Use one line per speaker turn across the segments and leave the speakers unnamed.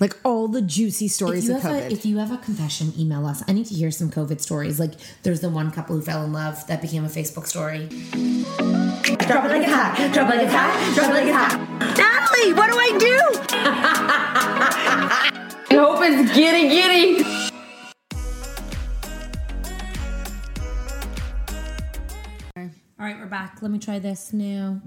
like all the juicy stories
if you
of
have
COVID.
A, if you have a confession, email us. I need to hear some COVID stories. Like there's the one couple who fell in love that became a Facebook story.
Drop it like it's hot. Drop it like it's hot. Drop it like it's hot. Natalie, what do I do? I hope it's giddy giddy.
All right, we're back. Let me try this now.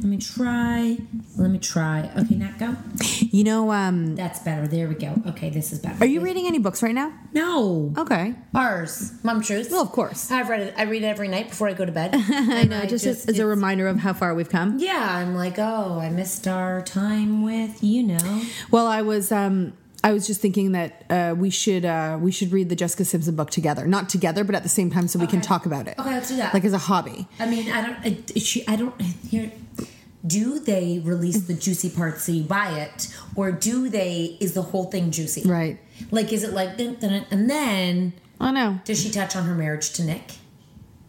Let me try. Let me try. Okay, Nat, go.
you know, um,
That's better. There we go. Okay, this is better.
are you reading any books right now?
No.
Okay.
Bars. Mum Truth.
Well, of course.
I've read it. I read it every night before I go to bed.
I know. Just, as, as a reminder of how far we've come.
yeah, I'm like, oh, I missed our time with you know.
Well, I was, um, I was just thinking that uh, we should uh, we should read the Jessica Simpson book together, not together, but at the same time, so we can talk about it.
Okay, let's do that.
Like as a hobby.
I mean, I don't. I, is she, I don't here. Do they release the juicy parts so you buy it, or do they? Is the whole thing juicy?
Right.
Like, is it like dun, dun, dun, and then
I know.
does she touch on her marriage to Nick?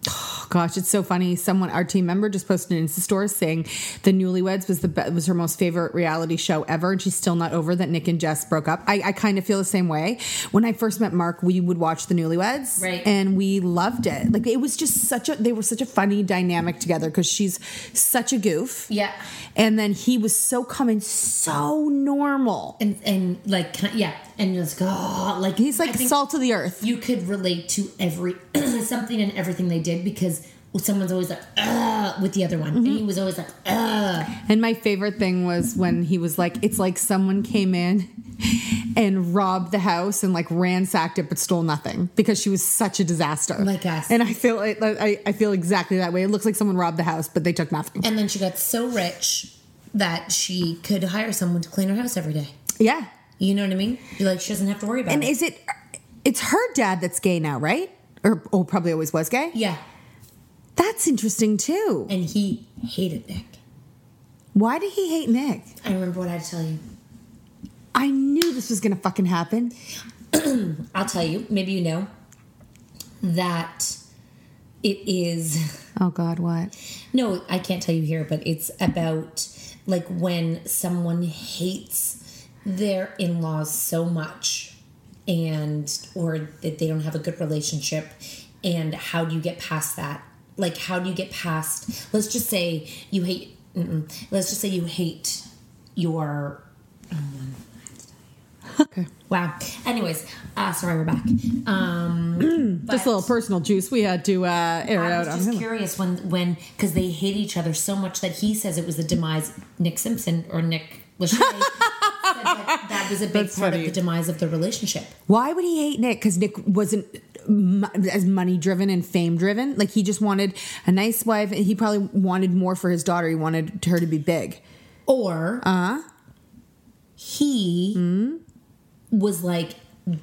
Oh, Gosh, it's so funny. Someone, our team member, just posted an Insta story saying the Newlyweds was the be- was her most favorite reality show ever, and she's still not over that Nick and Jess broke up. I, I kind of feel the same way. When I first met Mark, we would watch the Newlyweds,
Right.
and we loved it. Like it was just such a they were such a funny dynamic together because she's such a goof,
Yeah.
and then he was so calm and so normal.
And and like ki- yeah, and you're like oh, like
He's
I
like
think
salt of the earth.
You could relate to every something and everything they did because someone's always like Ugh, with the other one,
Mm-hmm.
and he was always like Ugh.
And my favorite thing was when he was like, it's like someone came in and robbed the house and like ransacked it but stole nothing because she was such a disaster.
Like us.
And I feel it, I, I feel exactly that way. It looks like someone robbed the house but they took nothing.
And then she got so rich that she could hire someone to clean her house every day.
yeah.
You know what I mean? You're like she doesn't have to worry about
And
it.
is it, it's her dad that's gay now, right? Or oh, probably always was gay.
yeah.
That's interesting too.
And he hated Nick.
Why did he hate Nick?
I remember what I had to tell you.
I knew this was gonna fucking happen.
I'll tell you. Maybe you know. that it is
Oh God, what?
no, I can't tell you here, but it's about like when someone hates their in-laws so much and or that they don't have a good relationship and how do you get past that? Like how do you get past let's just say you hate mm-mm. let's just say you hate your um,
Okay.
wow. Anyways, uh sorry we're back. Um
Just a little personal juice we had to uh, air
I
out
was
on
just
him.
curious when when because they hate each other so much that he says it was the demise Nick Simpson or Nick Lachey said that, that was a big
That's
part
funny.
of the demise of the relationship.
Why would he hate Nick? Because Nick wasn't mo- as money driven and fame driven. Like he just wanted a nice wife. He probably wanted more for his daughter. He wanted her to be big.
Or uh he was like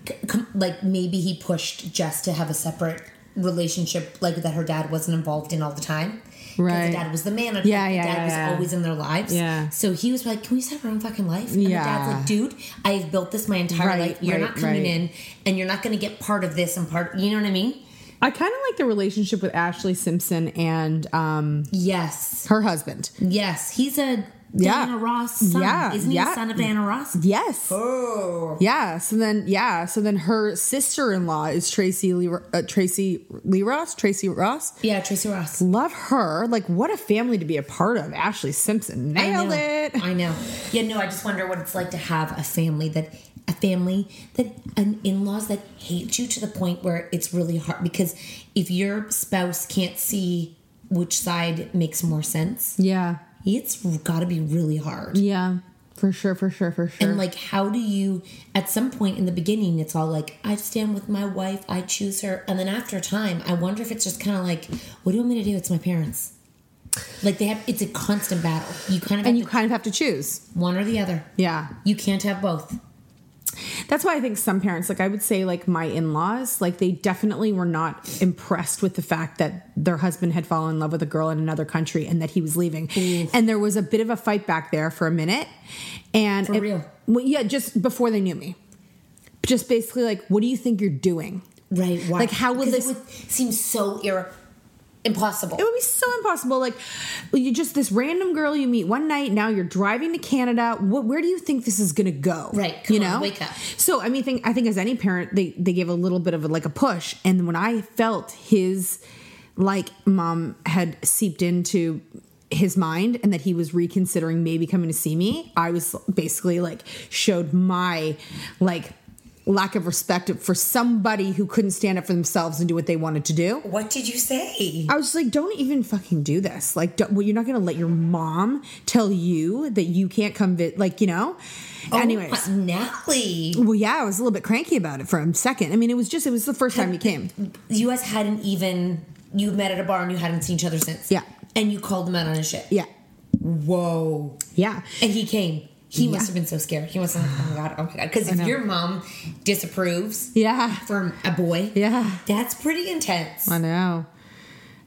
g- com- like maybe he pushed Jess to have a separate relationship like that her dad wasn't involved in all the time. 'Cause
Right.
The dad was the manager.
Yeah,
the
yeah,
dad
yeah,
was
yeah.
always in their lives.
Yeah.
So he was like, Can we just have our own fucking life? And the dad's
Yeah.
like, dude, I have built this my entire
Right,
life. You're
right,
not coming
right.
in and you're not gonna get part of this and part you know what I mean?
I kind of like the relationship with Ashley Simpson and um,
Yes.
her husband.
Yes. He's a
Yeah.
Diana Ross son.
Yeah,
Isn't he
yeah.
a son of Diana Ross?
Yes. Oh. Yeah. So then, yeah. So then, her sister-in-law is Tracy Lee, uh, Tracy Lee Ross. Tracy Ross.
Yeah, Tracy Ross.
Love her. Like, what a family to be a part of. Ashley Simpson nailed
know.
it.
I know. Yeah, no, I just wonder what it's like to have a family that a family that an in-laws that hate you to the point where it's really hard because if your spouse can't see which side makes more sense,
Yeah.
it's got to be really hard.
Yeah. For sure. For sure. For sure.
And like, how do you? At some point in the beginning, it's all like, I stand with my wife, I choose her, and then after time, I wonder if it's just kind of like, what do you want me to do? It's my parents. Like they have, it's a constant battle. You kind of have
and you
to-
kind of have to choose.
one or the other.
Yeah.
You can't have both.
That's why I think some parents, like I would say, like my in laws, like they definitely were not impressed with the fact that their husband had fallen in love with a girl in another country and that he was leaving. And there was a bit of a fight back there for a minute. And
For
it-
real.
Well, yeah, just before they knew me. Just basically, like, what do you think you're doing?
Right. Why?
Like, how would
Because
this-
It would seem so ir- impossible.
It would be so impossible. Like, you just this random girl you meet one night. Now you're driving to Canada. What, where do you think this is going to go?
Right, come
you
on,
know,
wake up.
So I mean, think, I think as any parent, they they give a little bit of a, like a push. And when I felt his like mom had seeped into his mind and that he was reconsidering maybe coming to see me, I was basically like showed my like lack of respect for somebody who couldn't stand up for themselves and do what they wanted to do.
What did you say?
I was just like, don't even fucking do this. Like, don't, well, you're not going to let your mom tell you that you can't come. Vi- like, you know. Anyways,
But Natalie,
well, yeah, I was a little bit cranky about it for a second. I mean, it was just it was the first time you came.
you guys hadn't even you met at a bar and you hadn't seen each other since.
Yeah.
And you called him out on his shit.
Yeah,
Whoa.
yeah,
And he came. He
Yeah.
must have been so scared. He must have been like, oh my god, oh my god. Because
know.
if your mom disapproves
yeah.
from a boy,
Yeah.
that's pretty intense.
I know,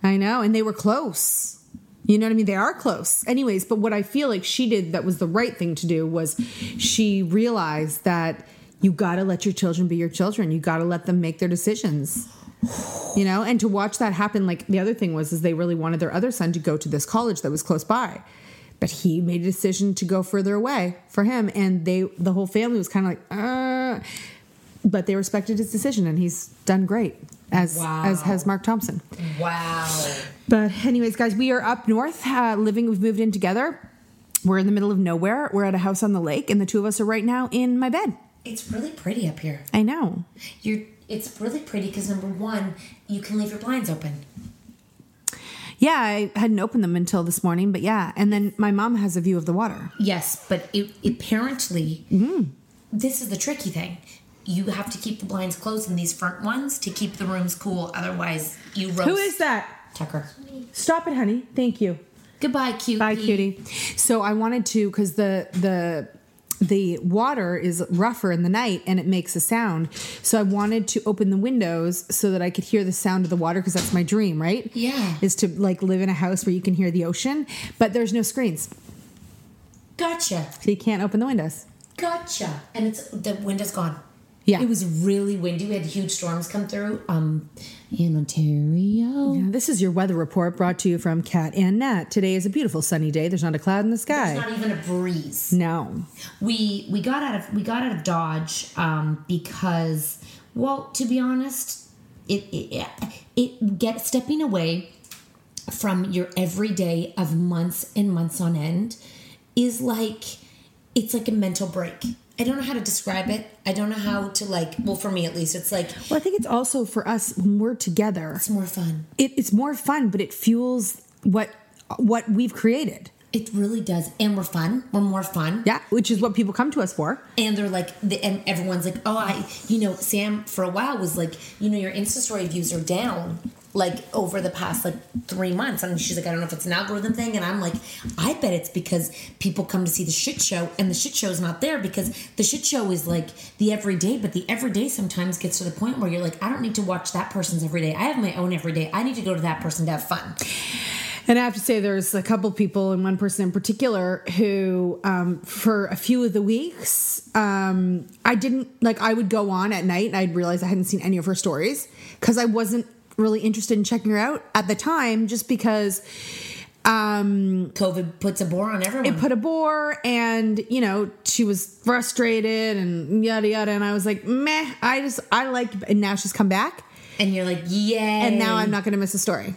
I know, and they were close. You know what I mean? They are close. Anyways, but what I feel like she did that was the right thing to do was she realized that you got to let your children be your children. You got to let them make their decisions. You know, and to watch that happen like the other thing was is they really wanted their other son to go to this college that was close by. But he made a decision to go further away for him and they the whole family was kind of like uh but they respected his decision and he's done great as as has Mark Thompson.
Wow.
But anyways, guys, we are up north uh, living. We've moved in together. We're in the middle of nowhere. We're at a house on the lake, and the two of us are right now in my bed.
It's really pretty up here.
I know.
You're it's really pretty because number one, you can leave your blinds open.
Yeah, I hadn't opened them until this morning, but yeah. And then my mom has a view of the water. Mm-hmm.
Yes, but it, apparently, this is the tricky thing. You have to keep the blinds closed and these front ones to keep the rooms cool. Otherwise, you roast.
that?
Tucker.
Stop it, honey. Thank you.
Goodbye, cutie.
Bye, cutie. So I wanted to because the the the water is rougher in the night and it makes a sound. So I wanted to open the windows so that I could hear the sound of the water because that's my dream, right?
Yeah.
Is to like live in a house where you can hear the ocean, but there's no screens.
Gotcha.
So you can't open the windows.
Gotcha. And it's the window's gone.
Yeah.
It was really windy. We had huge storms come through um, in Ontario.
Yeah, This is your weather report brought to you from Cat and Nat. Today is a beautiful sunny day. There's not a cloud in the
It's
sky.
not even a breeze.
No.
we we got out of we got out of Dodge um, because well, to be honest, it it, it get stepping away from your everyday of months and months on end is like it's like a mental break. I don't know how to describe it. I don't know how to like. Well, for me at least, it's like it's
Well, I think it's also for us when we're together.
more fun.
It, it's more fun, but it fuels what what we've created.
It really does, and we're fun. We're more fun.
Yeah, which is what people come to us for.
and they're like, the, and everyone's like, oh, I, you know, Sam for a while was like, you know, your Insta story views are down like over the past like three months. And she's like, I don't know if it's an algorithm thing. And I'm like, I bet it's because people come to see the shit show and the shit show's not there because the shit show is like the everyday, but the everyday sometimes gets to the point where you're like, I don't need to watch that person's everyday. I have my own everyday. I need to go to that person to have fun.
And I have to say, there's a couple people, and one person in particular, who um, for a few of the weeks, um, I didn't like. I would go on at night, and I'd realize I hadn't seen any of her stories because I wasn't really interested in checking her out at the time, just because um,
COVID puts a bore on everyone.
it put a bore, and you know she was frustrated and yada yada. And I was like, meh. I just I like, and now she's come back,
and you're like, yay.
and now I'm not going to miss a story.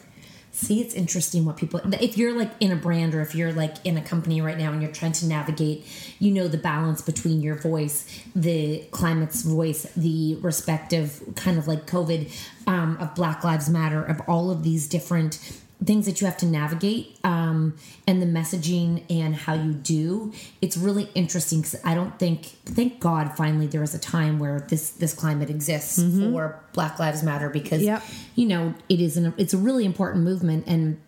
See, it's interesting what people. If you're like in a brand or if you're like in a company right now and you're trying to navigate, you know, the balance between your voice, the climate's voice, the respective kind of like COVID um, of Black Lives Matter, of all of these different things that you have to navigate um, and the messaging and how you do it's really interesting because i don't think thank god finally there was a time where this this climate exists for black lives matter because
Mm-hmm. Yep.
you know it is an it's a really important movement and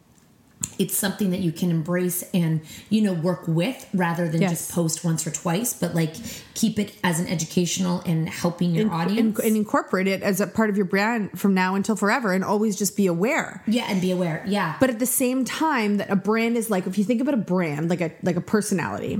it's something that you can embrace and you know work with rather than
Yes.
just post once or twice but like keep it as an educational and helping your audience
and incorporate it as a part of your brand from now until forever and always just be aware
yeah and be aware yeah
but at the same time that a brand is like if you think about a brand like a like a personality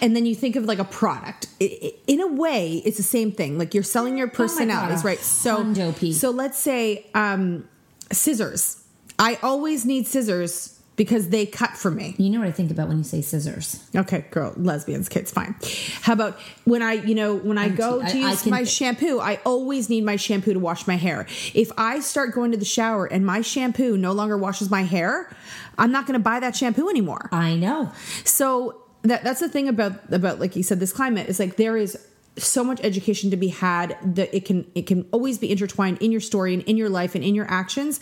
and then you think of like a product I- I- in a way it's the same thing like you're selling your personalities
Oh a
right so
hundo, Pete.
so let's say um scissors i always need scissors because they cut for me
you know what i think about when you say scissors
Okay, girl, lesbians, kids, fine. How about when I, you know, when I go
I-
to
I
use
can-
my shampoo, I always need my shampoo to wash my hair. If I start going to the shower and my shampoo no longer washes my hair, I'm not going to buy that shampoo anymore.
i know
So that that's the thing about about like you said, this climate is like there is so much education to be had that it can it can always be intertwined in your story and in your life and in your actions,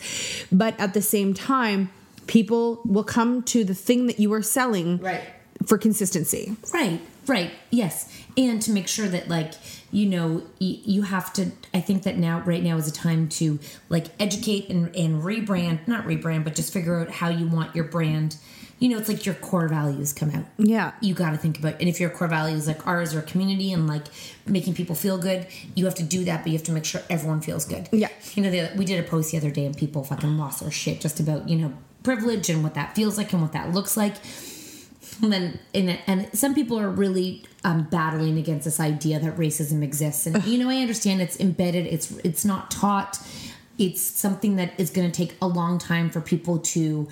but at the same time, people will come to the thing that you are selling
right
for consistency.
Right, right, yes, and to make sure that like you know y- you have to. I think that now, right now, is a time to like educate and, and rebrand, not rebrand, but just figure out how you want your brand. You know, it's like your core values come out.
Yeah.
you got to think about, and if your core values like ours are community and like making people feel good, you have to do that, but you have to make sure everyone feels good.
Yeah.
you know, the, we did a post the other day, and people fucking lost their shit just about you know privilege and what that feels like and what that looks like. And then, and, and some people are really um, battling against this idea that racism exists. And you know, I understand it's embedded. It's it's not taught. It's something that is going to take a long time for people to.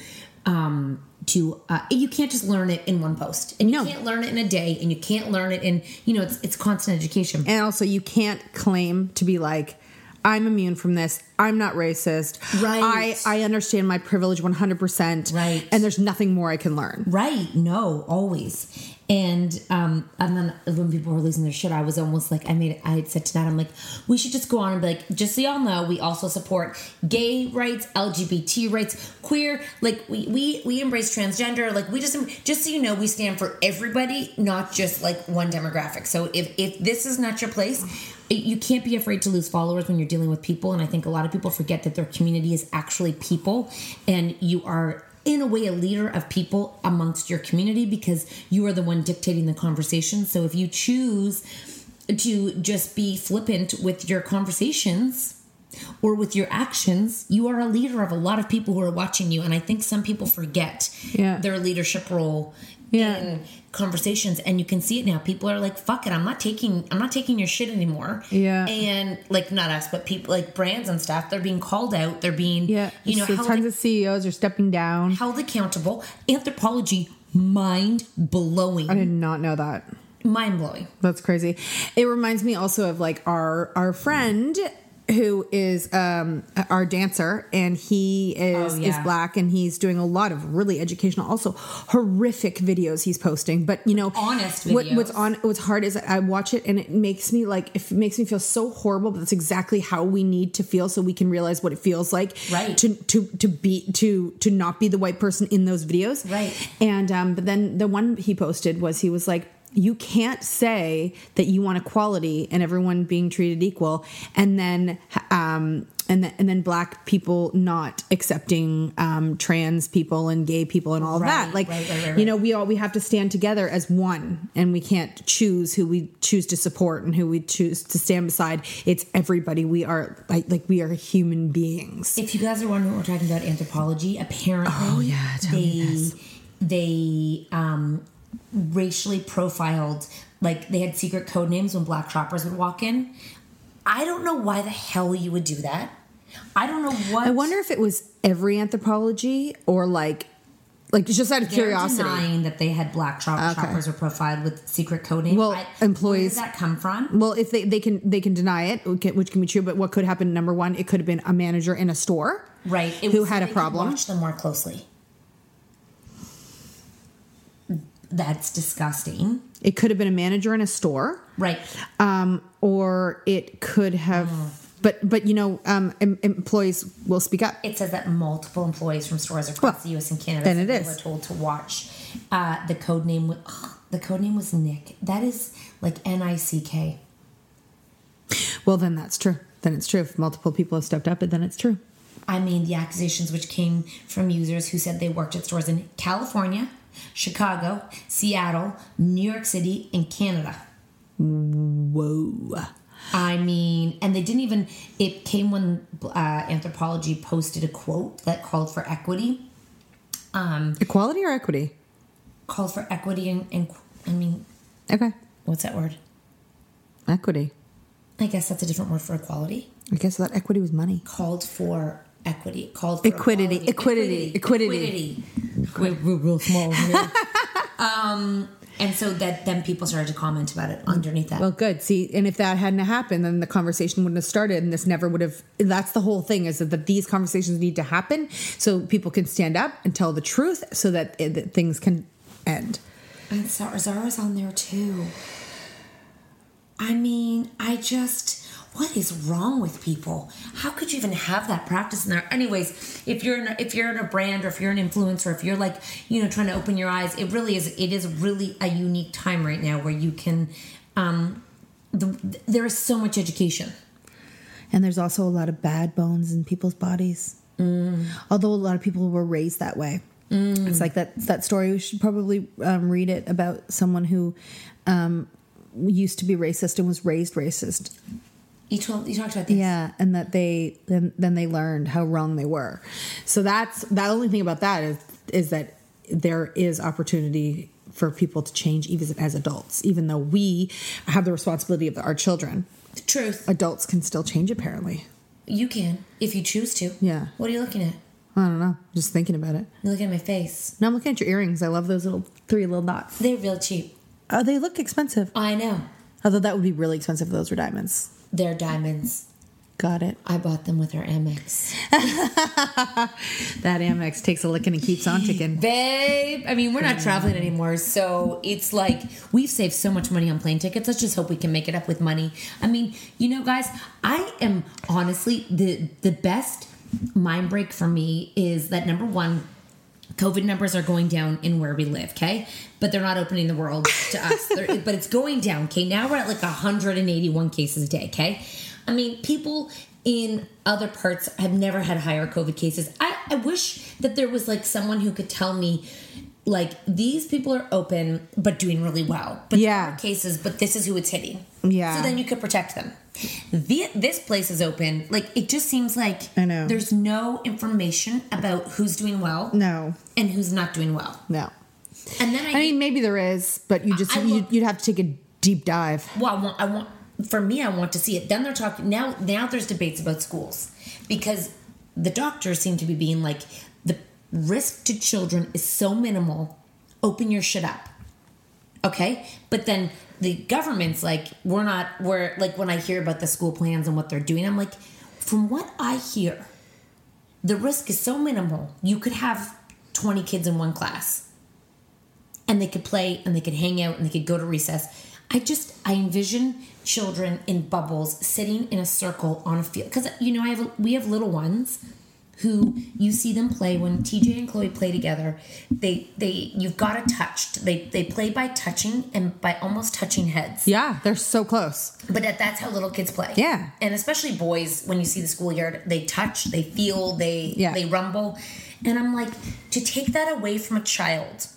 Um, to uh, you can't just learn it in one post, and you
No.
can't learn it in a day, and you can't learn it in you know it's it's constant education.
And also, you can't claim to be like, I'm immune from this. I'm not racist.
Right.
I, I understand my privilege 100%.
Right.
And there's nothing more I can learn.
Right. No, always. And um, and then when people were losing their shit, I was almost like, I made, I had said to that, I'm like, we should just go on and be like, just so y'all know, we also support gay rights, LGBT rights, queer. Like we we we embrace transgender. Like we just just so you know, we stand for everybody, not just like one demographic. So if if this is not your place. You can't be afraid to lose followers when you're dealing with people. And I think a lot of people forget that their community is actually people and you are in a way a leader of people amongst your community because you are the one dictating the conversation. So if you choose to just be flippant with your conversations or with your actions, you are a leader of a lot of people who are watching you. And I think some people forget
Yeah.
their leadership role
Yeah.
in conversations and you can see it now people are like fuck it i'm not taking i'm not taking your shit anymore
Yeah.
and like not us but people like brands and stuff they're being called out they're being
Yeah.
you know
so
held,
tons of CEOs are stepping down.
held accountable anthropology mind blowing
I did not know that.
mind blowing
That's crazy. It reminds me also of like our our friend who is um our dancer and he is
Oh, yeah.
is black and he's doing a lot of really educational also horrific videos he's posting but you know
Honest
what, what's
videos.
on what's hard is I watch it and it makes me like it makes me feel so horrible but that's exactly how we need to feel so we can realize what it feels like
Right.
to to to be to to not be the white person in those videos
Right.
and um, but then the one he posted was he was like, "You can't say that you want equality and everyone being treated equal, and then um, and then and then black people not accepting um, trans people and gay people and all of that.
Right,
Like,
right, right, right,
you
right.
know, we all we have to stand together as one, and we can't choose who we choose to support and who we choose to stand beside. It's everybody. We are like like we are human beings.
If you guys are wondering what we're talking about, anthropology, apparently
Oh, yeah, tell
they
me this.
they um, racially profiled like they had secret code names when black shoppers would walk in. I don't know why the hell you would do that. I don't know what
I wonder if it was every anthropology or like, like just out of
they're
curiosity.
denying that they had black shop- shoppers were profiled with secret code names.
Well,
I-
employees-
where did that come from?
Well, if they, they can they can deny it, which can- which can be true. But what could happen? Number one, it could have been a manager in a store,
Right, it
who
was so
had a
they could
problem.
Watch them more closely. That's disgusting.
It could have been a manager in a store,
Right. Mm.
um, or it could have. But but you know, um, em- employees will speak up.
It says that multiple employees from stores across the U.S. and Canada
then it
they
is.
were told to watch. Uh, the code name, wa- ugh, the code name was Nick. That is like N I C K.
Well, then that's true. Then it's true. If multiple people have stepped up, then it's true.
I mean, the accusations which came from users who said they worked at stores in California, Chicago, Seattle, New York City, and Canada.
Whoa.
I mean, and they didn't even. It came when uh, anthropology posted a quote that called for equity. Um,
Equality or equity?
Called for equity and, and I mean,
Okay,
what's that word?
equity.
I guess that's a different word for equality.
I guess that equity was money.
called for equity, called for
Equity,
equality,
equidity,
equity, equity. We're real small. over here. um, and so that then people started to comment about it underneath that.
Well, good. See, and if that hadn't happened, then the conversation wouldn't have started, and this never would have. That's the whole thing is that, that these conversations need to happen so people can stand up and tell the truth, so that, it, that things can end.
and Zara- Zara's on there too. I mean, I just what is wrong with people? How could you even have that practice in there? Anyways, if you're in a, if you're in a brand or if you're an influencer, if you're like you know trying to open your eyes, it really is it is really a unique time right now where you can. Um, the, there is so much education.
And there's also a lot of bad bones in people's bodies.
Mm.
Although a lot of people were raised that way. Mm. It's like that that story. We should probably um, read it about someone who um, used to be racist and was raised racist.
You told you talked about these.
Yeah, and that they then then they learned how wrong they were. So that's the only thing about that is is that there is opportunity for people to change even as adults, even though we have the responsibility of our children.
Truth.
Adults can still change apparently.
You can if you choose to.
Yeah.
What are you looking at?
I don't know. Just thinking about it.
You're looking at my face.
Now I'm looking at your earrings. I love those little three little knots.
They're real cheap.
Oh, they look expensive.
I know.
Although that would be really expensive if those were diamonds.
They're diamonds.
Got it.
I bought them with her Amex.
That Amex takes a licking and keeps on ticking.
Babe, I mean, we're not traveling anymore, so it's like we've saved so much money on plane tickets. Let's just hope we can make it up with money. I mean, you know, guys, I am honestly the the best mind break for me is that number one, COVID numbers are going down in where we live, okay? But they're not opening the world to us. They're- but it's going down, okay? Now we're at like 181 cases a day, okay? I mean, people in other parts have never had higher COVID cases. I, I wish that there was like someone who could tell me, like, these people are open but doing really well. But there
Yeah.
are cases, but this is who it's hitting.
Yeah.
So then you could protect them. The, this place is open. Like, it just seems like
I know.
there's no information about who's doing well
No,
and who's not doing well.
no.
And then I,
I mean, maybe there is, but you just
I
you,
look-
you'd have to take a deep dive.
well, I want, I want for me, I want to see it. Then they're talking now. Now there's debates about schools because the doctors seem to be being like the risk to children is so minimal. Open your shit up, okay? But then the government's like, we're not. We're like when I hear about the school plans and what they're doing, I'm like, from what I hear, the risk is so minimal. You could have 20 kids in one class and they could play and they could hang out and they could go to recess. I just I envision children in bubbles sitting in a circle on a field because you know I have we have little ones who you see them play when TJ and Chloe play together. They they you've got to touch. They they play by touching and by almost touching heads.
Yeah, they're so close.
But that, that's how little kids play.
Yeah.
And especially boys, when you see the schoolyard, they touch, they feel, they
Yeah.
they rumble. And I'm like, to take that away from a child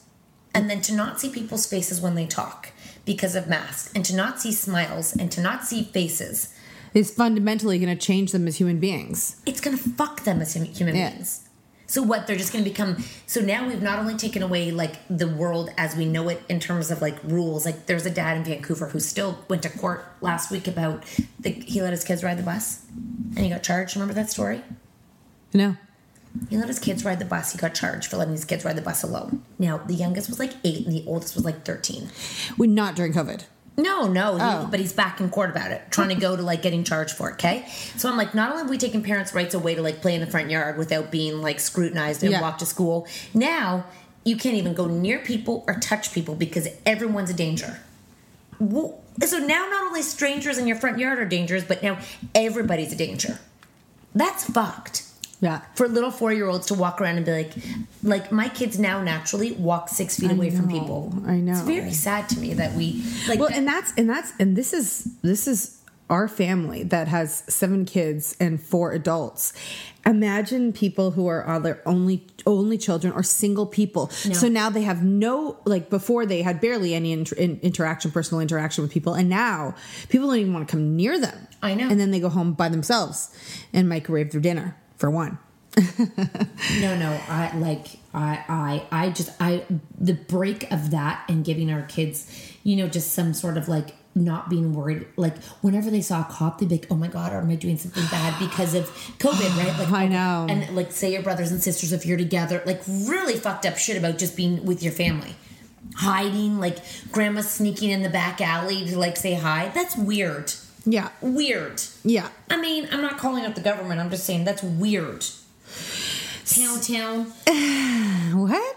and then to not see people's faces when they talk because of masks and to not see smiles and to not see faces,
It's fundamentally going to change them as human beings.
it's going to fuck them as hum- human
Yeah.
beings. So what they're just going to become so now we've not only taken away like the world as we know it in terms of like rules like there's a dad in Vancouver who still went to court last week about the, he let his kids ride the bus and he got charged remember that story
You know?
he let his kids ride the bus he got charged for letting his kids ride the bus alone now the youngest was like 8 and the oldest was like 13
We not during COVID.
no, no, he-
Oh.
but he's back in court about it, trying to go to like getting charged for it. Okay, so I'm like, not only have we taken parents' rights away to like play in the front yard without being like scrutinized and
Yeah.
walk to school, now you can't even go near people or touch people because everyone's a danger. Wha- So now not only strangers in your front yard are dangerous, but now everybody's a danger. That's fucked
Yeah.
for little four year olds to walk around and be like, like my kids now naturally walk six feet away from
know,
people.
I know.
It's very sad to me that we like.
well
that-
and that's and that's and this is this is our family that has seven kids and four adults imagine people who are on their only only children or single people so now they have no like before they had barely any inter- in- interaction personal interaction with people and now people don't even want to come near them
I know.
and then they go home by themselves and microwave their dinner for one
No, no, I like I I I just I the break of that and giving our kids, you know, just some sort of like not being worried. Like whenever they saw a cop, they'd be like, "Oh my god, am I doing something bad because of COVID?" Right? Like
I know.
and like say your brothers and sisters if you're together, like really fucked up shit about just being with your family, hiding, like grandma sneaking in the back alley to like say hi. That's weird.
yeah
Weird.
yeah
I mean, I'm not calling out the government. I'm just saying that's weird. Town, town
what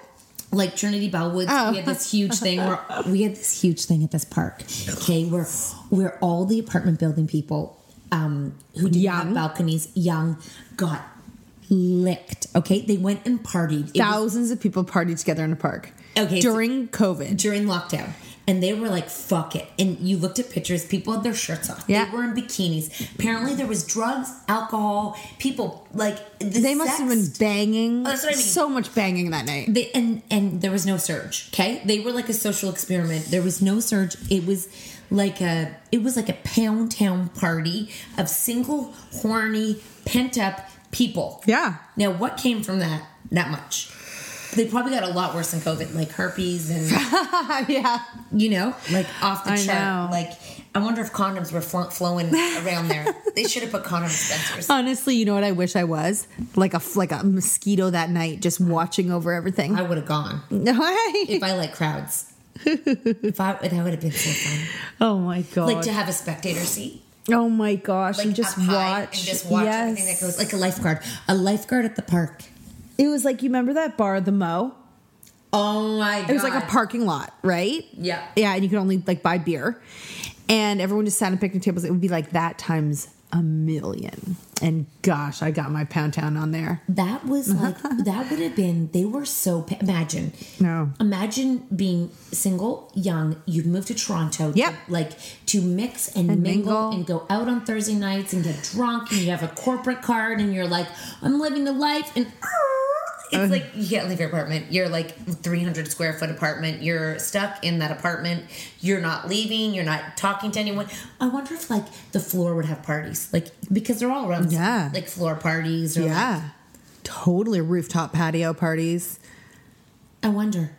like Trinity Bellwoods, we
Oh.
had this huge thing where we had this huge thing at this park. Okay, where where all the apartment building people um, who didn't have
Young.
balconies, young, got licked. Okay, they went and partied. It was
thousands of people party together in a park
Okay, so-
during covid
during lockdown. And they were like, fuck it. And you looked at pictures, people had their shirts off.
Yeah.
They were in bikinis. Apparently, there was drugs, alcohol, people like. The
They must have been
sex-
banging.
Oh, that's what I mean.
So much banging that night.
they and and there was no surge okay they were like a social experiment there was no surge it was like a it was like a pound town party of single horny pent up people
Yeah.
now what came from that not much they probably got a lot worse than covid like herpes and
yeah.
you know like off the
I
chart
know.
like i wonder if condoms were flo- flowing around there they should have put condom dispensers
Honestly, you know what I wish I was? Like a like a mosquito that night just watching over everything.
i would have gone if i like crowds if i that would have been so fun
oh my god.
like to have a spectator seat
oh my gosh.
like
and just
up high
watch.
and just watch
yes.
everything that goes like a lifeguard a lifeguard at the park
It was like you remember that bar, the Mo?
oh my god
It was like a parking lot, right?
Yeah.
Yeah, and you could only like buy beer. And everyone just sat at picnic tables. It would be like that times a million. And gosh, I got my pound town on there.
that was
Mm-hmm.
like that would have been they were so pa- imagine
No.
imagine being single young you've moved to toronto to-
Yep.
like to mix and, mingle,
mingle.
and go out on thursday nights and get drunk and you have a corporate card and you're like i'm living the life and it's
Uh.
like you can't leave your apartment you're like 300 square foot apartment you're stuck in that apartment you're not leaving you're not talking to anyone i wonder if like the floor would have parties like because they're all around
Yeah.
like floor parties or yeah
Yeah. Totally rooftop patio parties.
i wonder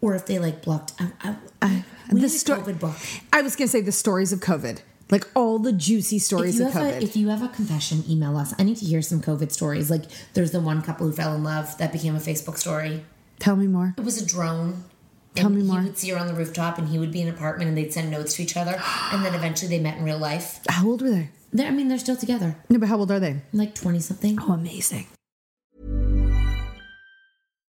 or if they like blocked out. I, I, we need
the
a
sto-
COVID book.
I was going to say the stories of COVID, like all the juicy
If
stories
you,
of
have
COVID.
a, if you have a confession, email us. I need to hear some COVID stories. Like there's the one couple who fell in love that became a Facebook story.
Tell me more.
It was a drone.
Tell
and
me more.
He would see her on the rooftop, and he would be in an apartment, and they'd send notes to each other, and then eventually they met in real life.
How old were they?
They're, I mean, they're still together,
No, but how old are they?
like twenty something.
Oh, amazing.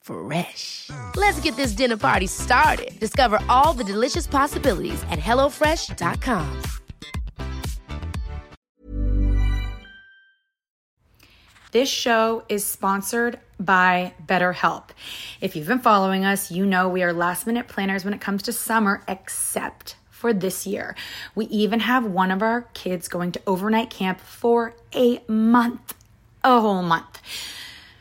Fresh. Let's get this dinner party started. Discover all the delicious possibilities at hellofresh.com.
This show is sponsored by BetterHelp. If you've been following us, you know we are last minute planners when it comes to summer, except for this year. We even have one of our kids going to overnight camp for a month, a whole month.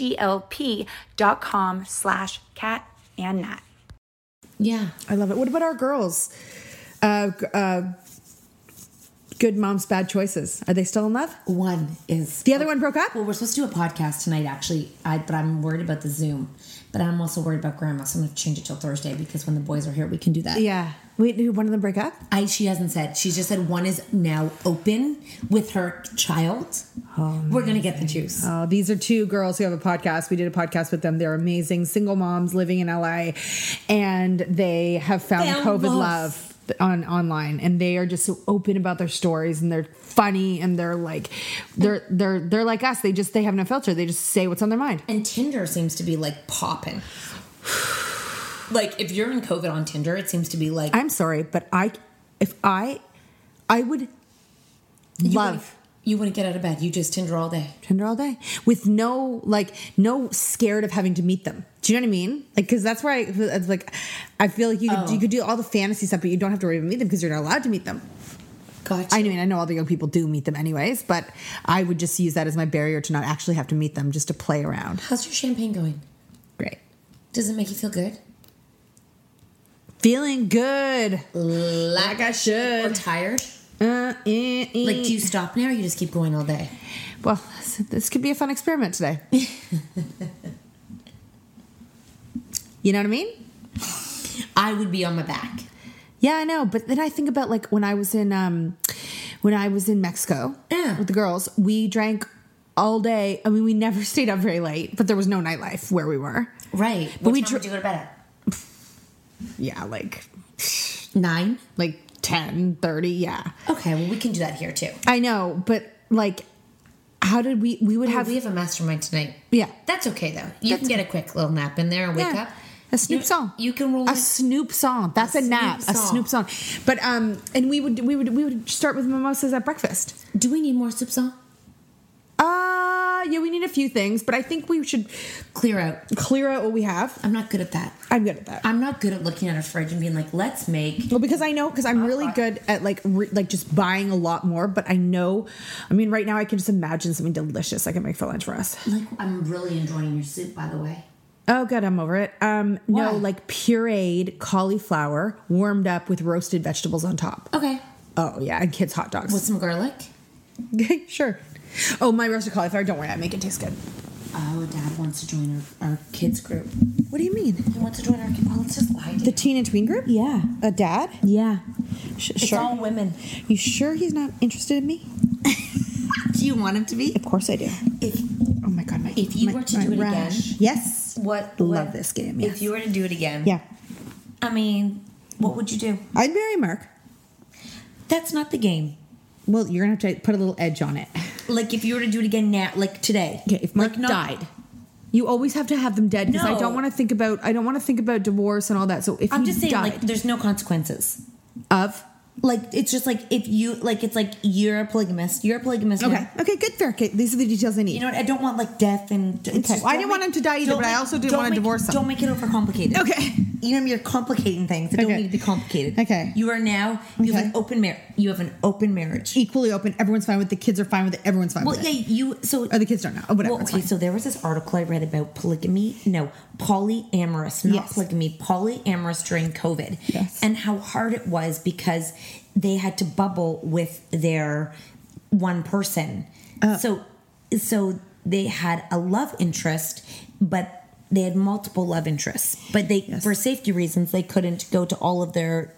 H-E-L-P dot com slash cat and nat.
Yeah,
I love it. What about our girls? Uh, g- uh, good moms, bad choices. Are they still in love?
one is
The other one broke up?
Well, we're supposed to do a podcast tonight, actually, I, but I'm worried about the Zoom. But I'm also worried about Grandma, so I'm gonna change it till Thursday because when the boys are here, we can do that.
Yeah. Wait, did one of them break up?
I she hasn't said. She's just said one is now open with her child.
Um,
we're gonna get the juice.
Oh, these are two girls who have a podcast. We did a podcast with them. They're amazing single moms living in LA, and they have found
Found
COVID
love.
love. on online and they are just so open about their stories and they're funny and they're like they're they're they're like us they just they have no filter they just say what's on their mind
And Tinder seems to be like popping. like if you're in COVID on Tinder, it seems to be like
i'm sorry but i if i i would
you
love
would've- You wouldn't get out of bed. You just Tinder all day.
Tinder all day with no like no scared of having to meet them. Do you know what I mean? Like because that's where I it's like I feel like you could,
Oh.
you could do all the fantasy stuff, but you don't have to worry about meet them because you're not allowed to meet them.
Gotcha.
I mean, I know all the young people do meet them anyways, but I would just use that as my barrier to not actually have to meet them, just to play around.
How's your champagne going?
Great.
Does it make you feel good?
Feeling good.
Like I should. Or tired?
Uh, eh, eh.
Like, do you stop now or you just keep going all day?
Well, this- this could be a fun experiment today. you know what I mean?
I would be on my back.
Yeah, I know. But then I think about like when I was in um when I was in Mexico with the girls, we drank all day. I mean, we never stayed up very late, but there was no nightlife where we were.
Right.
But
What
we
time
dr-
would you go to bed at?
Yeah, like
Nine?
like 10, 30, yeah.
Okay, well, we can do that here too.
I know, but like how did we we would
Oh,
have
we have a mastermind tonight.
Yeah.
That's okay though. You can get a quick little nap in there and wake
Yeah.
up.
A Snoop song.
You can roll
a
in-
Snoop song. That's a,
Snoop
nap. A
song.
Snoop song. But um, and we would we would we would start with mimosas at breakfast.
Do we need more soup song?
Uh yeah, we need a few things, but I think we should
Clear out.
clear out what we have.
I'm not good at that.
I'm good at that.
I'm not good at looking at a fridge and being like, let's make.
Well, because I know, because I'm really good at like re- like just buying a lot more. But I know, I mean, right now I can just imagine something delicious I can make for lunch for us.
Like, I'm really enjoying your soup, by the way.
Oh, good, I'm over it. Um,
Why?
no, like pureed cauliflower warmed up with roasted vegetables on top.
Okay.
Oh yeah, and kids' hot dogs.
With some garlic.
sure. Oh, my roasted cauliflower. Don't worry, I make it taste good.
Oh, Dad wants to join our, our kids group.
What do you mean?
He wants to join our. Well, let's just lie.
The teen and tween group? Yeah. A dad? Yeah. Sh-
It's
sure.
all women.
You sure he's not interested in me?
Do you want him to be?
Of course I do.
If
Oh my god, my
if you
my-
were to
my
do it
rash.
again,
Yes.
what?
Love
what-
this game, yes.
If you were to do it again,
Yeah.
I mean, what would you do?
I'd marry Mark.
That's not the game.
Well, you're gonna have to put a little edge on it.
Like if you were to do it again now, like today.
Okay, if Mark
Like, not-
died. You always have to have them dead because I
No.
don't want to think about I don't want to think about divorce and all that. So if
I'm
he
just saying, like,
died
there's no consequences.
of
Like it's just like if you like, it's like you're a polygamist. You're a polygamist. now.
okay, okay, good, fair. Okay, these are the details I need.
You know what? I don't want like death and. it's
Okay. Well, I
don't
didn't want him to die either,
don't
but I also didn't
don't
want to
make-
divorce him.
Don't make it overcomplicated.
Okay.
You know, what I mean? you're complicating things that don't
Okay.
need to be complicated.
Okay.
You are now. You have
Okay.
an open marriage. You have an open marriage.
equally open. Everyone's fine with it. The kids are fine with it. Everyone's fine
Well,
with
yeah.
it.
You so.
Or the kids don't know. Oh, whatever.
Well,
it's
okay,
fine.
so there was this article I read about polygamy. No, polyamorous, not
Yes.
polygamy, polyamorous during COVID,
Yes.
and how hard it was because they had to bubble with their one person.
Oh.
So, so they had a love interest, but they had multiple love interests. But they, for safety reasons, they couldn't go to all of their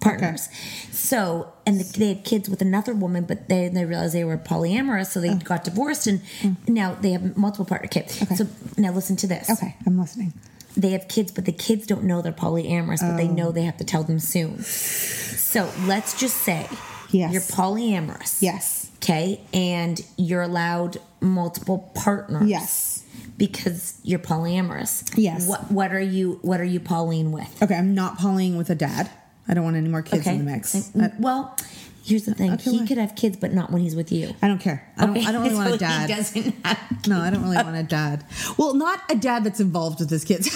partners. So, and the, they had kids with another woman, but they they realized they were polyamorous, so
Oh.
they got divorced, and
Mm.
now they have multiple partner kids. So now listen to this.
okay, I'm listening.
They have kids, but the kids don't know they're polyamorous, but they know they have to tell them soon. So let's just say
Yes.
you're polyamorous.
Yes.
Okay, and you're allowed multiple partners.
Yes.
Because you're polyamorous.
Yes.
What What are you What are you polying with?
Okay, I'm not polying with a dad. I don't want any more kids in the mix.
Uh,
I,
well, here's the thing:
okay,
he
why?
could have kids, but not when he's with you.
I don't care. I don't. I don't really
So
want
he
a dad.
doesn't have
No, I don't really want a dad. Well, not a dad that's involved with his kids.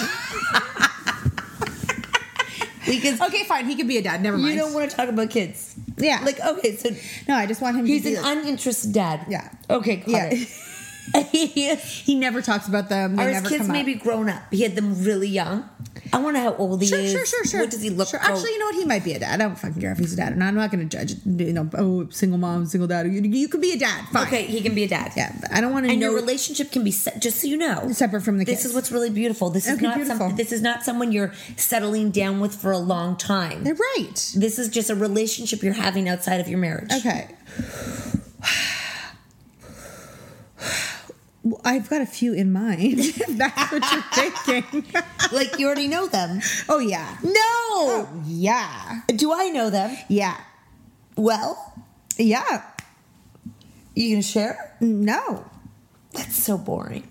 because
okay, fine. He could be a dad. Never mind.
you don't want to talk about kids.
Yeah.
Like okay, so
no, I just want him.
he's
to
an
be like-
uninterested dad.
Yeah.
Okay. Got
Yeah.
It.
he never talks about them. They
Are his
never
kids
come
maybe
up.
grown up? He had them really young. I wonder how old he
Sure,
is.
sure, sure, sure.
What does he look oh.
Sure.
like?
Actually, you know what? He might be a dad. I don't fucking care if he's a dad or not. I'm not going to judge. You know, oh, single mom, single dad. You, you could be a dad. Fine.
okay, he can be a dad.
Yeah, but I don't want to
and
know.
your relationship can be set, just so you know
Separate from the
this
kids.
is what's really beautiful this is
Okay,
not
beautiful.
some, this is not someone you're settling down with for a long time
They're right.
this is just a relationship you're having outside of your marriage
Okay. Well, I've got a few in mind. if That's what you're thinking.
like you already know them
oh yeah. Oh,
no
Yeah.
do i know them
Yeah.
well
Yeah.
you gonna share
No.
that's so boring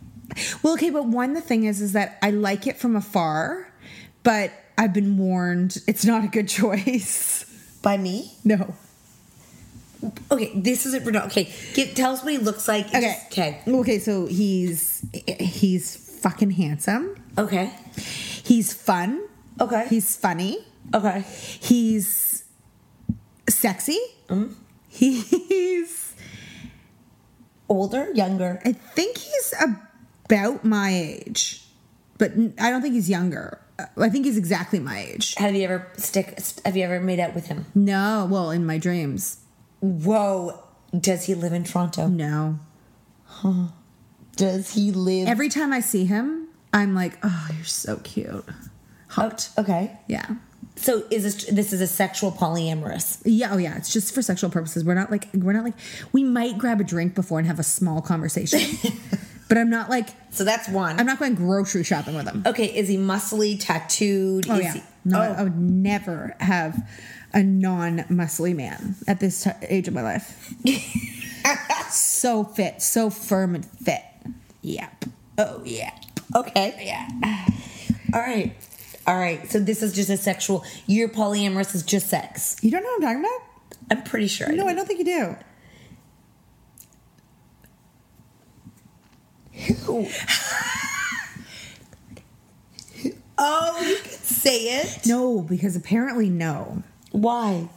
Well, okay, but one the thing is is that I like it from afar, but I've been warned it's not a good choice.
by me
No.
Okay, this isn't Renault. Okay, get, tell us what he looks like.
Okay.
Okay.
Okay, so he's he's fucking handsome.
Okay.
He's fun.
Okay.
He's funny.
Okay.
He's sexy.
Mm-hmm.
He's
older, younger.
I think he's about my age, but n- I don't think he's younger. Uh, I think he's exactly my age.
Have you ever stick? st- Have you ever made out with him?
No, well, in my dreams.
Whoa! Does he live in Toronto?
No.
Huh. Does he live?
Every time I see him, I'm like, oh, you're so cute. Hot.
Oh, okay.
Yeah.
So is this this is a sexual polyamorous?
Yeah, oh yeah, it's just for sexual purposes. We're not like we're not like we might grab a drink before and have a small conversation. but I'm not like
So that's one.
I'm not going grocery shopping with him.
okay. Is he muscly, tattooed?
Oh
is
yeah.
he,
No,
oh,
I would never have a non-muscly man at this t- age of my life. so fit, so firm and fit. Yep.
Oh yeah. Okay. Yeah. All right. All right. So this is just a sexual. Your polyamorous is just sex.
You don't know what I'm talking about?
I'm pretty sure.
No, I don't think you do.
Who? oh, you can say it.
No, because apparently no.
Why?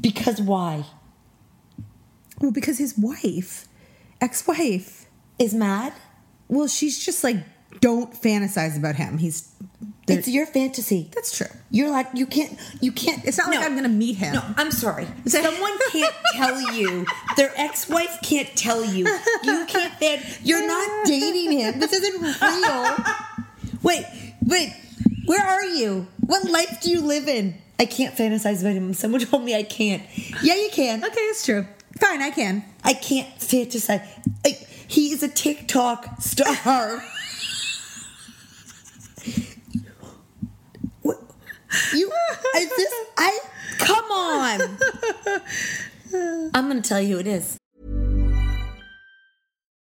Because why?
Well, because his wife, ex-wife,
Is mad?
Well, she's just like, don't fantasize about him. He's there-
It's your fantasy.
that's true.
You're like you can't. You can't.
It's not
no.
like I'm gonna meet him.
No, I'm sorry. Someone can't tell you. Their ex-wife can't tell you. You can't. Fan- You're not dating him. This isn't real. Wait, wait. Where are you? What life do you live in? I can't fantasize about him. Someone told me I can't. Yeah, you can.
Okay, it's true. Fine, I can.
I can't fantasize. I, he is a TikTok star. What- you, is this? I come on. I'm gonna tell you who it is.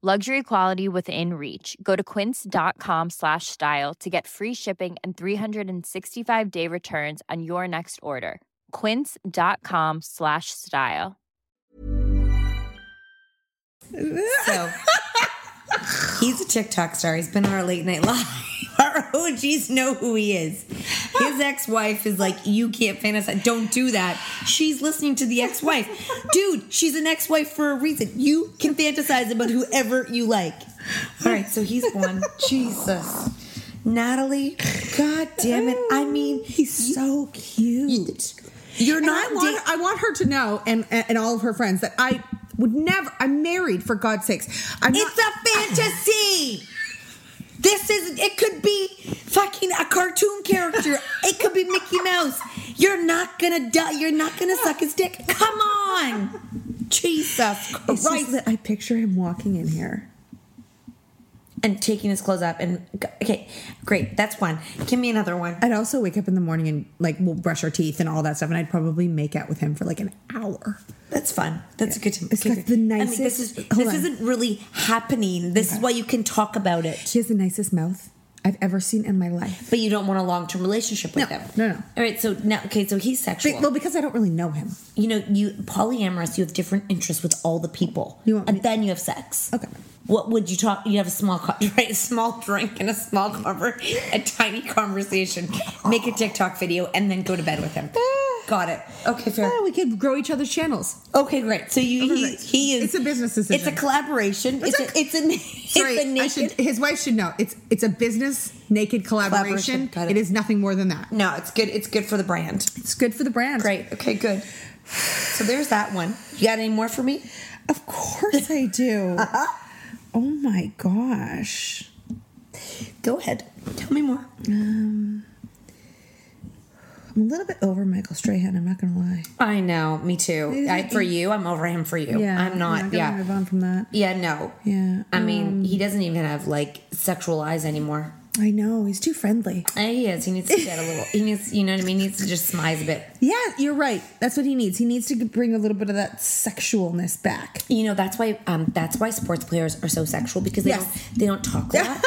Luxury quality within reach. Go to quince.com slash style to get free shipping and 365 day returns on your next order. Quince.com slash style.
So he's a TikTok star. He's been on our late night live. Our OGs know who he is. His ex-wife is like, you can't fantasize. Don't do that. She's listening to the ex-wife. Dude, she's an ex-wife for a reason. You can fantasize about whoever you like. All right, so he's one. Jesus. Natalie, god damn it. I mean,
He's so cute.
you're
And
not
I want,
da-
I want her to know, and and all of her friends, that I would never. I'm married for God's sakes. I'm
It's
not,
a fantasy. This is. It could be fucking a cartoon character. It could be Mickey Mouse. You're not gonna die. You're not gonna suck his dick. Come on, Jesus
It's just
Christ!
that I picture him walking in here.
and taking his clothes up. And okay, great. That's one. Give me another one.
I'd also wake up in the morning and like we'll brush our teeth and all that stuff, and I'd probably make out with him for like an hour.
That's fun. That's a good time.
It's like the nicest.
this is
hold
this
on.
isn't really happening. This is why you can talk about it. He
has the nicest mouth I've ever seen in my life.
But you don't want a long term relationship with him.
No, no.
All right, so now okay, so he's sexual.
But- well, because I don't really know him.
You know, you polyamorous. You have different interests with all the people, and then you have sex.
Okay.
What would you talk? You have a small, co- right? A small drink and a small cover, a tiny conversation. Make a TikTok video and then go to bed with him. Got it. Okay, fair.
we could grow each other's channels.
Okay, great. So you, he, he is. It's a
business decision.
It's a collaboration. It's, a, it's a.
Sorry,
it's a
I should, his wife should know. It's it's a business naked collaboration.
Collaboration, got it.
it is nothing more than that.
No, it's good. It's good for the brand.
It's good for the brand.
Great. Okay, good. So there's that one. You got any more for me? Uh-huh.
Of course I do. Oh my gosh.
Go ahead. Tell me more.
Um, I'm a little bit over Michael Strahan. I'm not going to lie.
I know. Me too.
Isn't
I,
it-
for you, I'm over him. For you, I'm not.
gonna
yeah.
move on from that.
Yeah. No.
Yeah.
I mean,
um,
he doesn't even have like sexual eyes anymore.
I know he's too friendly.
Uh, He is. He needs to get a little. He needs. You know what I mean. He needs to just smize a bit.
Yeah, you're right. That's what he needs. He needs to bring a little bit of that sexualness back.
You know that's why um, that's why sports players are so sexual because they
Yes.
don't they don't talk a lot.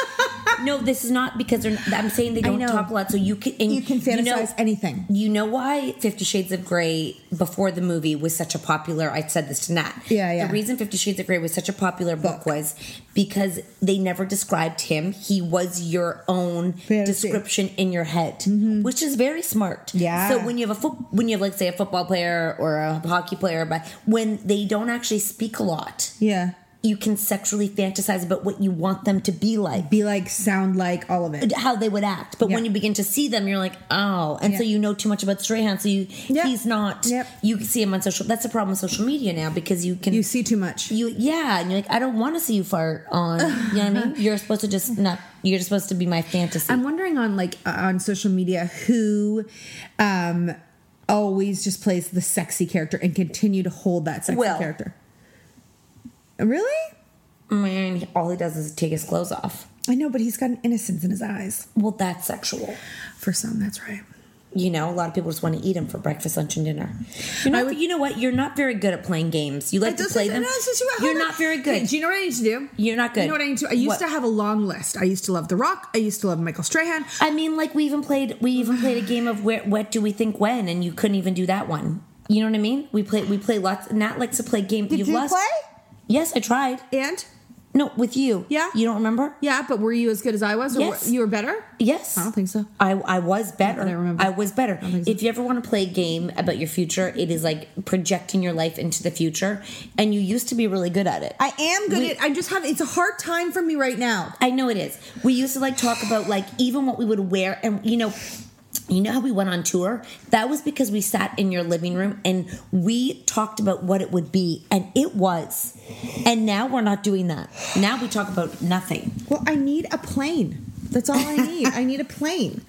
no, this is not because they're. I'm saying they
I
don't
know.
talk a lot, so you can and
You can fantasize anything.
You know why Fifty Shades of Grey before the movie was such a popular? I said this to Nat.
Yeah, yeah.
The reason Fifty Shades of Grey was such a popular book, was because they never described him. He was your own description in your head, which is very smart.
Mm-hmm. Yeah.
So when you have a foot, when you have like say a football player or a hockey player, but when they don't actually speak a lot,
Yeah.
you can sexually fantasize about what you want them to be like.
Be like, sound like, all of it.
How they would act, but when you begin to see them, you're like, oh, and so
Yeah.
you know too much about Strahan, so you he's not. You can see him on social. That's the problem with social media now because you can you
see too much.
You yeah, and you're like, I don't want to see you fart on. you know what I mean? You're supposed to just not. You're supposed to be my fantasy.
I'm wondering on like uh, on social media who um always just plays the sexy character and continue to hold that sexy
Will.
character. Really?
I mean, all he does is take his clothes off.
I know, but he's got an innocence in his eyes.
Well, that's sexual.
For some, that's right.
You know, a lot of people just want to eat them for breakfast, lunch, and dinner. You're not, you know what? You're not very good at playing games. You like to play them. You're not very good.
Do you know what I need to do?
You're not good.
You know what I need to? I used
What?
to have a long list. I used to love The Rock. I used to love Michael Strahan.
I mean, like we even played. We even played a game of where, what do we think when, and you couldn't even do that one. You know what I mean? We play. We play lots. Nat likes to play games.
Did
You've
you
lost.
play?
Yes, I tried.
And
no, with you.
Yeah.
You don't remember?
Yeah, but were you as good as I was? Or
Yes.
were- you were better?
Yes.
I don't think so.
I, I was better. I, was better. If you ever want to play a game about your future, it is like projecting your life into the future, and you used to be really good at it.
I am good
We-
at I just have it's a hard time for me right now.
I know it is. We used to like talk about like even what we would wear, and you know. You know how we went on tour? That was because we sat in your living room and we talked about what it would be, and it was. And now we're not doing that. Now we talk about nothing.
Well, I need a plane. That's all I need. I need a plane.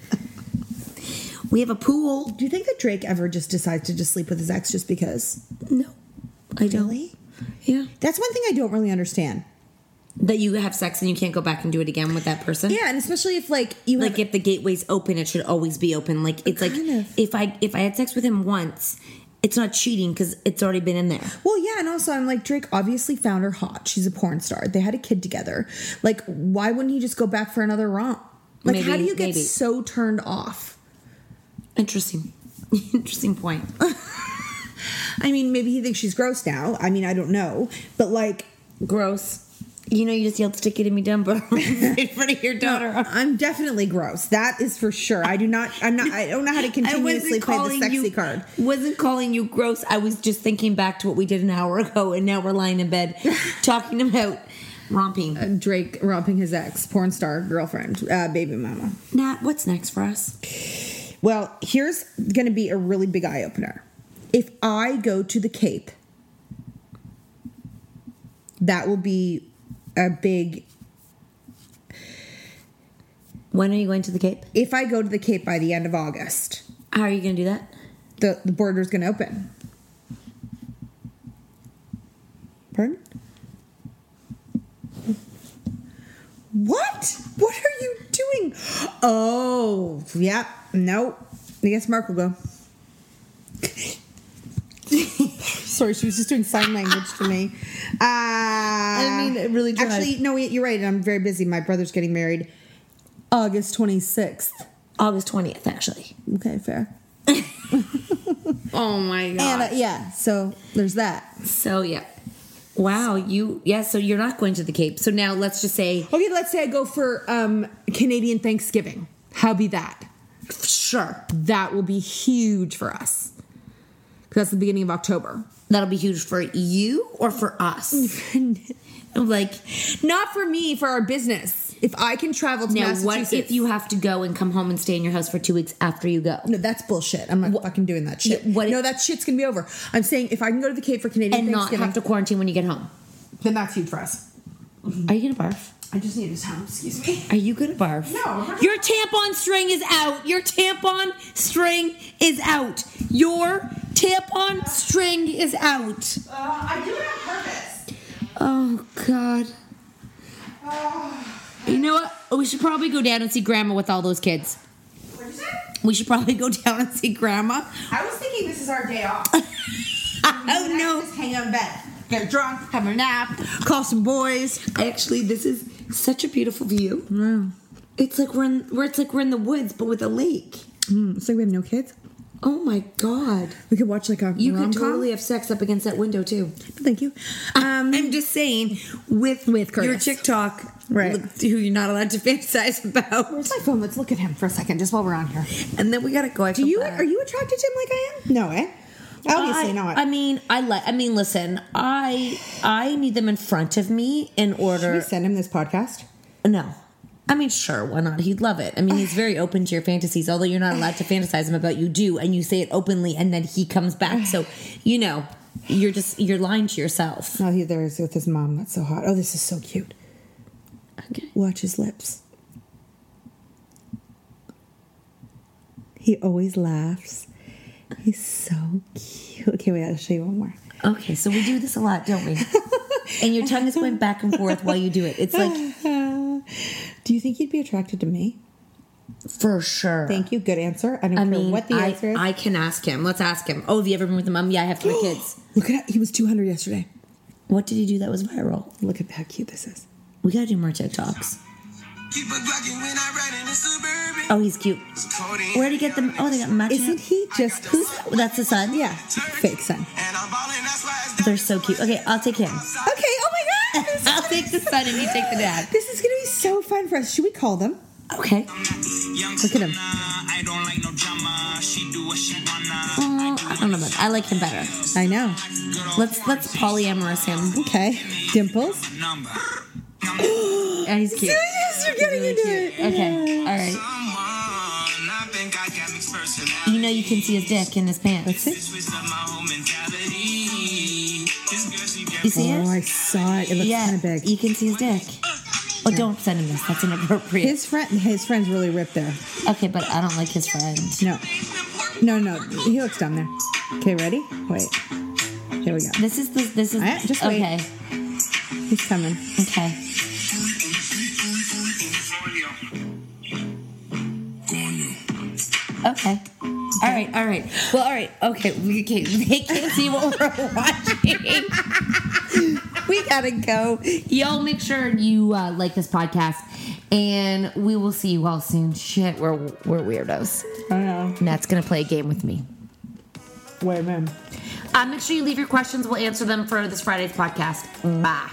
We have a pool.
Do you think that Drake ever just decides to just sleep with his ex just because?
No. I don't.
Really?
Yeah.
That's one thing I don't really understand.
That you have sex and you can't go back and do it again with that person.
Yeah, and especially if like you
like if the gateway's open, it should always be open. Like it's like if I if I had sex with him once, it's not cheating because it's already been in there.
Well, yeah, and also I'm like Drake obviously found her hot. She's a porn star. They had a kid together. Like, why wouldn't he just go back for another romp? Like, how
Maybe-
do you get
maybe.
so turned off?
Interesting. Interesting point.
I mean, maybe he thinks she's gross now. I mean, I don't know, but like,
gross. You know, you just yelled "stick it in me, Dumbo" in front of your daughter.
I'm definitely gross. That is for sure. I do not. I'm not. I don't know how to continuously play the sexy
you,
card.
Wasn't calling you gross. I was just thinking back to what we did an hour ago, and now we're lying in bed talking about romping.
Uh, Drake romping his ex porn star girlfriend, uh, baby mama.
Nat, what's next for us?
Well, here's going to be a really big eye opener. If I go to the Cape, that will be a big.
When are you going to the Cape?
If I go to the Cape by the end of August,
How are you going to do that?
the the border's going to open. Pardon? What?
Oh, yep. Nope. I guess Mark will go. Sorry, she was just doing sign language to me. Uh, I
mean, it really drives-
Actually, no, you're right. I'm very busy. My brother's getting married August 26th. August 20th, actually. Okay, fair.
Oh my god.
And, uh, yeah, so there's that.
So yeah. Wow, you yeah, so you're not going to the Cape. So now let's just say
Okay, let's say I go for um, Canadian Thanksgiving. How be that? Sure. That will be huge for us. 'Cause That's the beginning of October.
That'll be huge for you or for us? like
not for me, for our business. If I can travel to
now what
Massachusetts,
if you have to go and come home and stay in your house for two weeks after you go?
No, that's bullshit. I'm not fucking doing that shit. no, that shit's gonna be over. I'm saying if I can go to the Cape for Canadian
And not
Thanksgiving,
have to quarantine when you get home.
then that's huge for us.
Are you gonna barf?
I just need a time. Excuse me.
Are you gonna barf?
No.
Your tampon string is out. Your tampon string is out. Your tampon string is out.
Uh, I do it on purpose.
Oh God.
Uh,
You know what? Oh, We should probably go down and see Grandma with all those kids.
What'd you say?
We should probably go down and see Grandma.
I was thinking this is our day off. oh no! Just hang out in bed, get drunk, have a nap, call some boys.
Actually, this is such a beautiful view. It's like we're in where it's like we're in the woods, but with a lake.
Mm, it's like we have no kids.
Oh my god.
We could watch like a
You
rom-com.
could totally have sex up against that window too.
Thank you. Um,
I'm just saying, with with your chick talk,
Right.
look, Who you're not allowed to fantasize about.
Where's my phone? Let's look at him for a second, just while we're on here.
And then we gotta go. I
Do you are you attracted to him like I am? No, eh? Obviously
I,
not.
I mean, I like. I mean, listen, I I need them in front of me in
Should we
order.
send him this podcast?
No, I mean, sure, why not? He'd love it. I mean, he's very open to your fantasies, although you're not allowed to fantasize him about. You do, and you say it openly, and then he comes back. So, you know, you're just you're lying to yourself.
No, he there is with his mom. That's so hot. Oh, this is so cute.
Okay.
Watch his lips. He always laughs. He's so cute. Okay, wait, I'll show you one more.
Okay, so we do this a lot, don't we? and your tongue is going back and forth while you do it. It's like
Do you think he'd be attracted to me?
for sure.
Thank you. Good answer. I don't
I
care
mean,
what the
I,
answer is.
I can ask him. Let's ask him. Oh, have you ever been with a mom? Yeah, I have three kids.
Look at he was 200 yesterday.
What did he do that was viral?
Look at how cute this is.
We gotta do more TikToks. Oh, he's cute. Where do you get them? Oh, they got matching.
Isn't he just who's
That's the son.
yeah fake son?
They're so cute. Okay, I'll take him.
Okay. Oh my god. This is
I'll take the son and you take the dad.
This is gonna be so fun for us. Should we call them?
Okay.
Look at him.
Oh, I don't know about. I like him better.
I know.
Let's let's polyamorous him.
Okay. Dimples.
Yeah, he's cute.
Yes, you're getting into it.
Okay. All right. You know you can see his dick in his pants.
That's it.
You see
Oh,
it?
I saw it. It looks
Yeah.
kind of big.
You can see his dick. Oh, don't send him this. That's inappropriate.
His friend, his friend's really ripped there.
Okay, but I don't like his friend.
No, no, no. He looks dumb there. Okay, ready? Wait. Here we go.
This is the this is
All right, just wait.
okay.
He's coming.
Okay. Okay. All right. All right. Well. All right. Okay. We can't, they can't see what we're watching. we gotta go. Y'all make sure you uh, like this podcast, and we will see you all soon. Shit, we're we're weirdos.
I know.
Nat's gonna play a game with me.
Wait a minute.
Uh, make sure you leave your questions. We'll answer them for this Friday's podcast. Bye.